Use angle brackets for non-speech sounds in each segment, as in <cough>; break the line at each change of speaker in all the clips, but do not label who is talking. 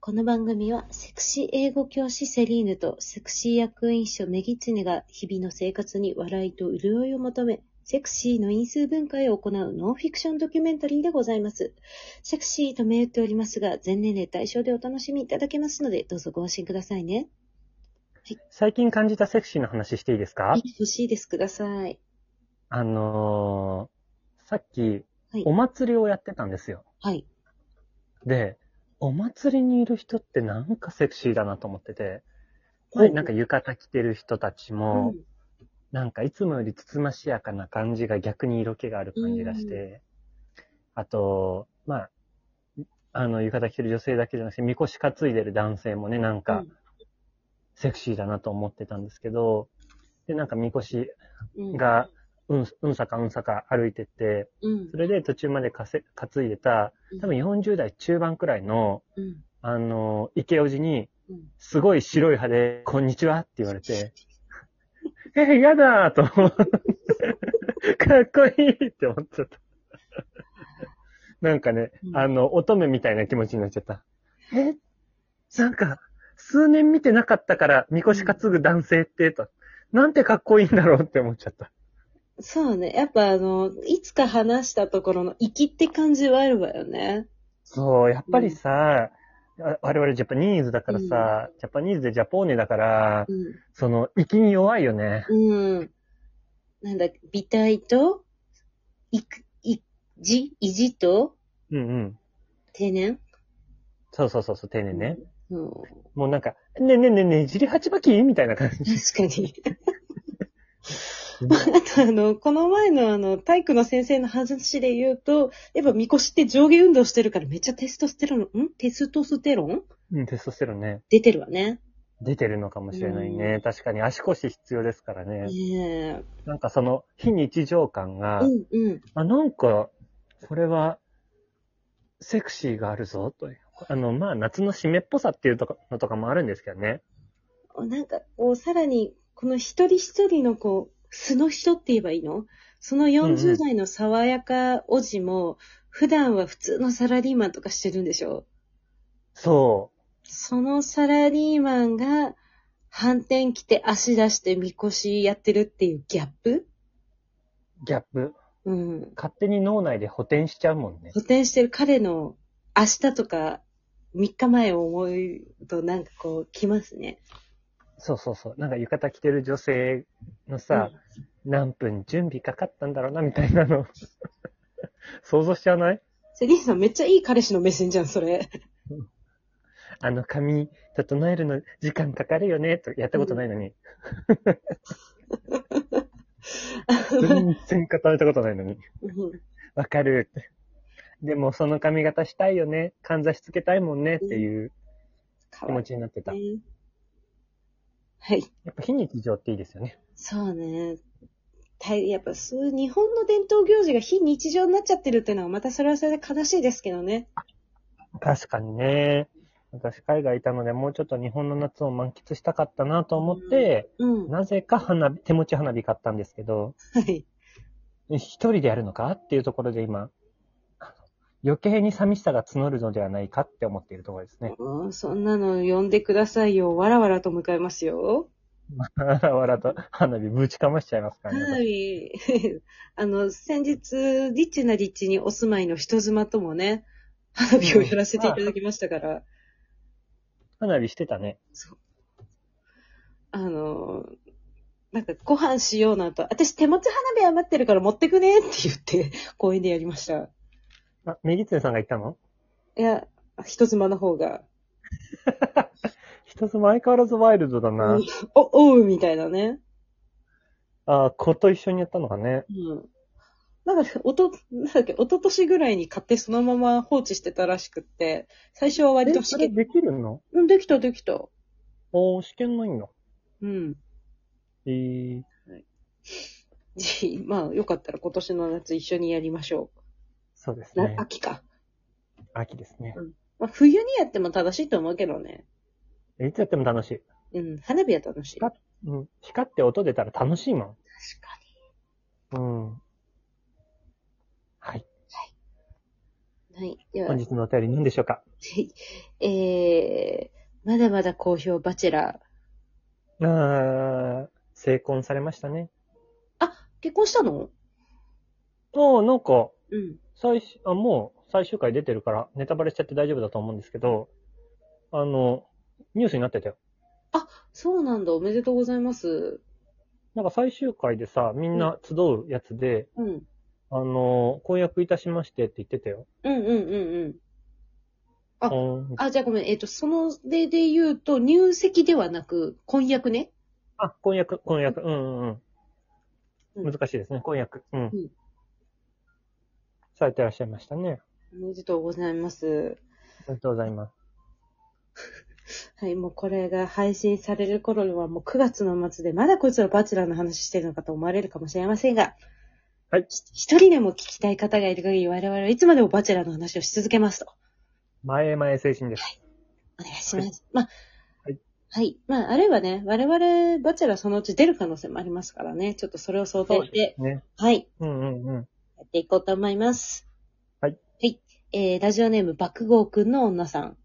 この番組はセクシー英語教師セリーヌとセクシー役員秘書メギツネが日々の生活に笑いと潤いを求め、セクシーの因数分解を行うノンフィクションドキュメンタリーでございます。セクシーと銘打っておりますが、全年齢対象でお楽しみいただけますので、どうぞご安心くださいね。
最近感じたセクシーの話していいですか
はい欲しいです。ください。
あのー、さっき
はい、
お祭りをやってたんですよ。
はい。
で、お祭りにいる人ってなんかセクシーだなと思ってて、はい、なんか浴衣着てる人たち
うん、
も、なんかいつもよりつつましやかな感じが逆に色気がある感じがして、あと、まあ、あの、浴衣着てる女性だけじゃなくて、みこし担いでる男性もね、なんか、セクシーだなと思ってたんですけど、で、なんかみこし
うん、うん、
が、うん、うんさかうんさか歩いてって、
うん
そ、れで途中までかせ担いでた、多分40代中盤くらいの、
うん、
あの、池おじに、
うん。
すごい白い歯で、こんにちはって言われて、え、やだーと思って、 <laughs> かっこいいって思っちゃった。なんかね
う、ん
あの、乙女みたいな気持ちになっちゃった。えなんか、数年見てなかったから、みこし担ぐ男性って、と、なんてかっこいいんだろうって思っちゃった。
そうね。やっぱあの、いつか話したところの粋って感じはあるわよね。
そう、やっぱりさ、あ我々ジャパニーズだからさ、ジャパニーズでジャポーネだから、
う
その、粋に弱いよね。
ん。うん。なんだ、美体と、いく、い、じ、意地と、
うんうん。
定年
そうそうそうそう、丁寧ね。
うん。
もうなんか、ねえねえねえねえ、じり鉢巻きみたいな感じ。
確かに。 <laughs> あとあの、この前のあの、体育の先生の話で言うと、やっぱみこしって上下運動してるからめっちゃテストステロン、んテストステロン
うん、テストステロンね。
出てるわね。
出てるのかもしれないね。確かに足腰必要ですからね。
ねえ。
なんかその、非日常感が、
うんうん。
あ、なんか、これは、セクシーがあるぞ、という。あの、まあ、夏の湿っぽさっていうとかのとかもあるんですけどね。
なんか、こう、さらに、この一人一人の、こう、素の人って言えばいいのその
うんう
40
ん
代の爽やかおじも、普段は普通のサラリーマンとかしてるんでしょ
そ
そのサラリーマンが、反転来て足出してみこしやってるっていうギャップ
う、ギャップ。
うん。
勝手に脳内で補填しちゃうもんね。
補填してる彼の明日とか3日前を思うとなんかこう来ますね。
そうそうそう。なんか浴衣着てる女性のさ、何分準備かかったんだろうな、みたいなの。 <laughs> 想像しちゃわない
セリーヌさんめっちゃいい彼氏の目線じゃん、それ。
あの髪整えるの時間かかるよね、とやったことないのに。
<laughs>
全然固めたことないのに。
うん
わかるって。でもその髪型したいよね。かんざしつけたいもんねっていう
か
気
わい
持
い
ちになってた。や
ね。はい。
っぱ非日常っていいですよね。
そうね。たいやっぱそう、日本の伝統行事が非日常になっちゃってるっていうのは、またそれはそれで悲しいですけどね。
確かにね。私海外いたのでもうちょっと日本の夏を満喫したかったなと思って、
うん。は
なぜか花火、手持ち花火買ったんですけど、
い。
一人でやるのかっていうところで今、あの余計に寂しさが募るのではないかって思っているところですね。
うんそんなの呼んでくださいよ。わらわらと迎えますよ。
わらと花火ぶちかましちゃいますからね。
はい。 <laughs> あの、先日、リッチなリッチにお住まいの人妻ともね、花火をやらせていただきましたから、
花火してたね。
あの、なんかご飯しようなんと、私手持ち花火余ってるから持ってくねって言って、公園でやりました。
あ、メギツネさんが行ったの
いや、人妻の方が、
一つも相変わらずワイルドだな。
お、おうみたいなね。
あ、子と一緒にやったのかね。
うん。なんか、おと、なんだっけ、一昨年ぐらいに買ってそのまま放置してたらしくって、最初は割と
え、
し
それ
け、
できるの
うん、できたできた。
おー、試験ないんだ。
うん。
えー、
ぜひ、まあ、よかったら今年の夏一緒にやりましょ
そうです
う。な
ね。
秋か。
秋ですね。
まあ、冬にやっても正しいと思うけどね。
いつやっても楽しい。
うん、花火は楽しい。
だ
確
っうん。光って音出たら楽しいも
か
ん。うん。はい。
に。はい。では
<laughs> 本、日のお便り何でしょうか
えー、まだまだ好評バチェラー。
あー、成婚されましたね。
結婚したの
あー、なんか、
うん。
最終、あ、もう最終回出てるから、ネタバレしちゃって大丈夫だと思うんですけど、あの、ニュースになってたよ。
そうなんだ。おめでとうございます。
なんか最終回でさ、みんな集うやつで、
うん。
あの、婚約いたしましてって言ってたよ。
うんうんうんうん。あ
うん
あ、じゃあごめん。えっ、と、その例で言うと、入籍ではなく、婚約ね。
あ、婚約、婚約、うんうん
う
うんん。難しいですね、婚約。うん。
ん
されてらっしゃいましたね。
おめでとうございます。
ありがとうございます。
はい、もうこれが配信される頃にはもう9月の末で、まだこいつらバチェラーの話してるのかと思われるかもしれませんが、
はい
ひ一人でも聞きたい方がいる限り、我々はいつまでもバチェラーの話をし続けますと。
前へ前へ精神です。
お願いします。まあ、
はい。
はい。まあ、あるいはね、我々、バチェラーそのうち出る可能性もありますからね、ちょっとそれを想定して、
ね。
はい、
うんうんうん。
やっていこうと思います。
はい。
はい。えー、ラジオネーム、爆豪くんの女さん。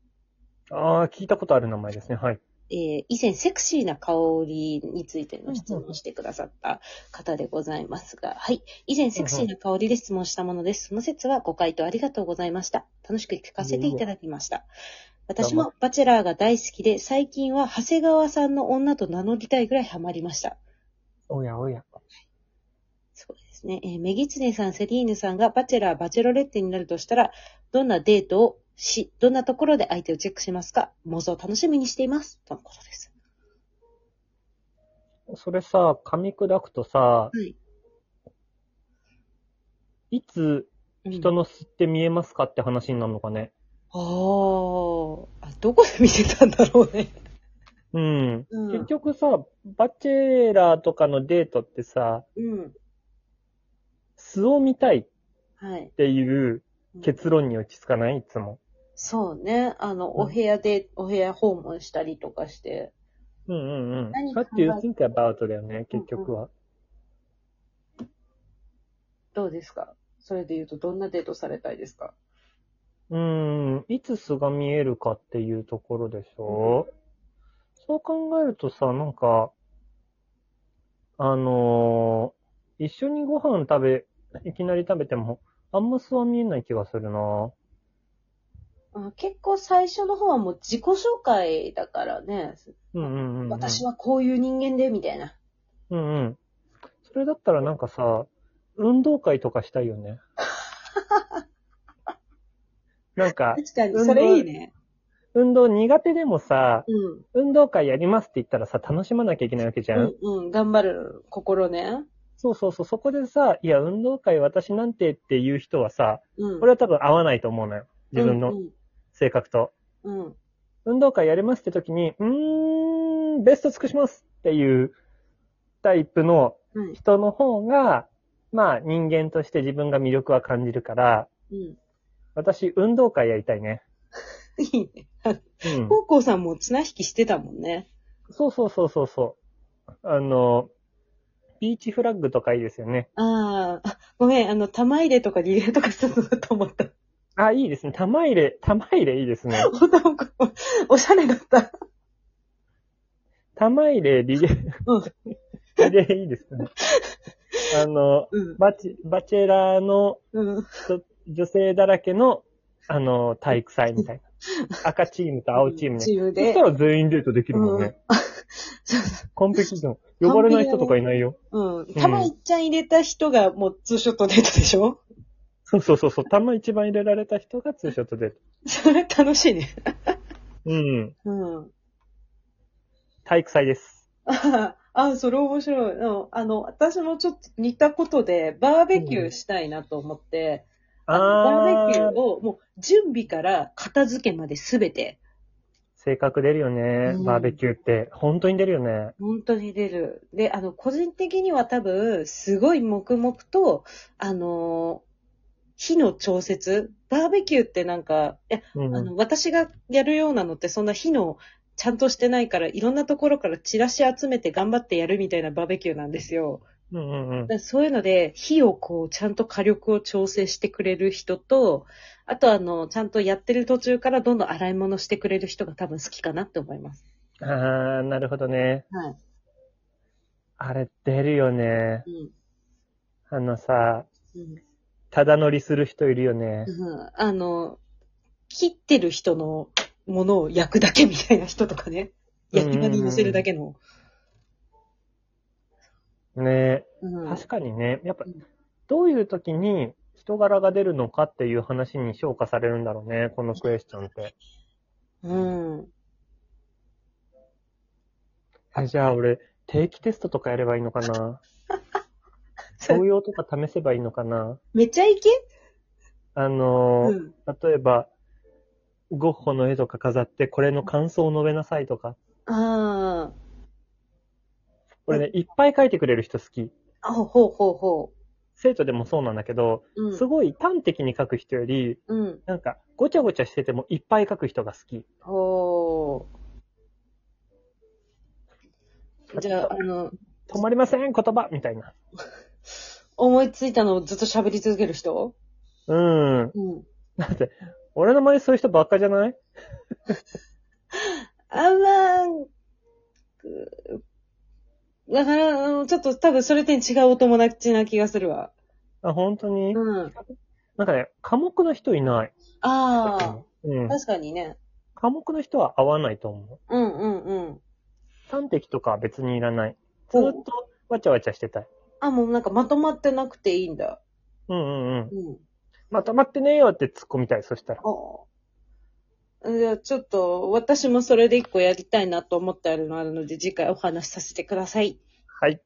ああ、聞いたことある名前ですね。はい。
えー、以前、セクシーな香りについての質問をしてくださった方でございますが、はい。以前、セクシーな香りで質問したものです。その説はご回答ありがとうございました。楽しく聞かせていただきました。私もバチェラーが大好きで、最近は長谷川さんの女と名乗りたいぐらいハマりました。
おやおや。
そうですね。えー、メギツネさん、セリーヌさんがバチェラー、バチェロレッテになるとしたら、どんなデートをし、どんなところで相手をチェックしますか妄想を楽しみにしています。とのことです。
それさ、噛み砕くとさ、
はい。
いつ
うん
人の巣って見えますかって話になるのかね。
あーあ、どこで見てたんだろうね。
うん。
うん
結局さ、バチェラーとかのデートってさ、
うん。
巣を見たいっ
はい。
ていう
うん
結論に落ち着かないいつも。
そうね。あの、お部屋で、お部屋訪問したりとかして。
うんうんうん。
何考
だ
え
っていう think about だよね、結局は。
どうですかそれで言うと、どんなデートされたいですか
うん、いつ巣が見えるかっていうところでしょ、そう考えるとさ、なんか、あのー一緒にご飯食べ、いきなり食べても、あんま巣は見えない気がするな
あ結構最初の方はもう自己紹介だからね。
うんうんうん、うん。
私はこういう人間で、みたいな。
うんうん。それだったらなんかさ、運動会とかしたいよね。なんか、
確かに、
運動
それいいね。
運動苦手でもさ、
うん。
運動会やりますって言ったらさ、楽しまなきゃいけないわけじゃん。
うん、うん、頑張る心ね。
そうそうそう、そこでさ、いや、運動会私なんてっていう人はさ、
うん。
俺は多分合わないと思うのよ。自分
う
の
ん
性格と。
うん。うん。
運動会やりますって時に、うーん、ベスト尽くしますっていうタイプの
はい。
人の方が、まあ人間として自分が魅力は感じるから、
うん。
私、運動会やりたいね。
いいね。
うん。
高校さんも綱引きしてたもんね。
そうそうそうそうそう。あの、ビーチフラッグとかいいですよね。
あーあ、ごめん、あの、玉入れとかリレーとかしたのかと思った。 <laughs>
あ、いいですね。玉入れ、玉入れいいですね。
なんかおしゃれだった。
玉入れ、リレー、
うん
リレーいいですね。あの、
うん。
バチ、バチェラーの
うん。
女性だらけの、あの、体育祭みたいな。赤チームと青チームね。
チーム
そし
で
た。ら全員デートできるもん
うん
ね。
そうそ
コンペティション。呼ばれない人とかいないよ。
ううん。玉一ちゃん入れた人がもうツーショットデートでしょ <laughs>
そうそうそうそう。玉一番入れられた人がツーショットデート。
それ楽しいね。
うん。
うん。
体育祭です。
あ <laughs> あ、それ面白い。うんあの、私もちょっと似たことで、バーベキューしたいなと思って、あのバーベキュー
ー。
をもう準備から片付けまで全て、
性格出るよね
うん。
バーベキューって。本当に出るよね。
本当に出る。で、あの、個人的には多分、すごい黙々と、あのー火の調節。バーベキューってなんか、いや、
うん。
あの、私がやるようなのってそんな火の、ちゃんとしてないから、いろんなところからチラシ集めて頑張ってやるみたいなバーベキューなんですよ。
うんうんうん
だか。らそういうので、火をこう、ちゃんと火力を調整してくれる人と、あとあの、ちゃんとやってる途中からどんどん洗い物してくれる人が多分好きかなって思います。
ああ、なるほどね。
は
あれ、出るよね。
い。うん。
あのさ、
うん。
ただ乗りする人いるよね。
うんあの、切ってる人のものを焼くだけみたいな人とかね。焼き場に乗せるだけの。
ね
うん。
確かにね。やっぱ
うん、
どういう時に人柄が出るのかっていう話に評価されるんだろうね。このクエスチョンって。
うん。
えじゃあ俺、定期テストとかやればいいの
<laughs>
かな教養とか試せばいいのかな
めちゃイケ
あのー
うん。
例えば、ゴッホの絵とか飾って、これの感想を述べなさいとか。
あ
俺ね、いっぱい書いてくれる人好き。
あ。あ、ほうほうほ
生徒でもそうなんだけど、
う。うん。
すごい端的に書く人より、
うん。
なんか、ごちゃごちゃしててもいっぱい書く人が好き。
ほう。じゃあ、あの、
止まりません言葉みたいな。
思いついたのをずっと喋り続ける人
うん。
うん。
だって、俺の周りそういう人ばっかじゃない
あんま、くだから、あのちょっと多分それと違うお友達な気がするわ。
あ、本当に
うん。
なんかね、科目の人いない。
ああ、
うん。
確かにね。
科目の人は合わないと思
う
う。
んうんうん。
端的とかは別にいらない。ずーっとわちゃわちゃしてたい。
あ、もうなんかまとまってなくていいんだ。
うんうんうん。
うん。
まとまってねえよって突っ込みたい、そしたら。
ああ。じゃあちょっと、私もそれで一個やりたいなと思ってあるのあるので、次回お話しさせてください。
はい。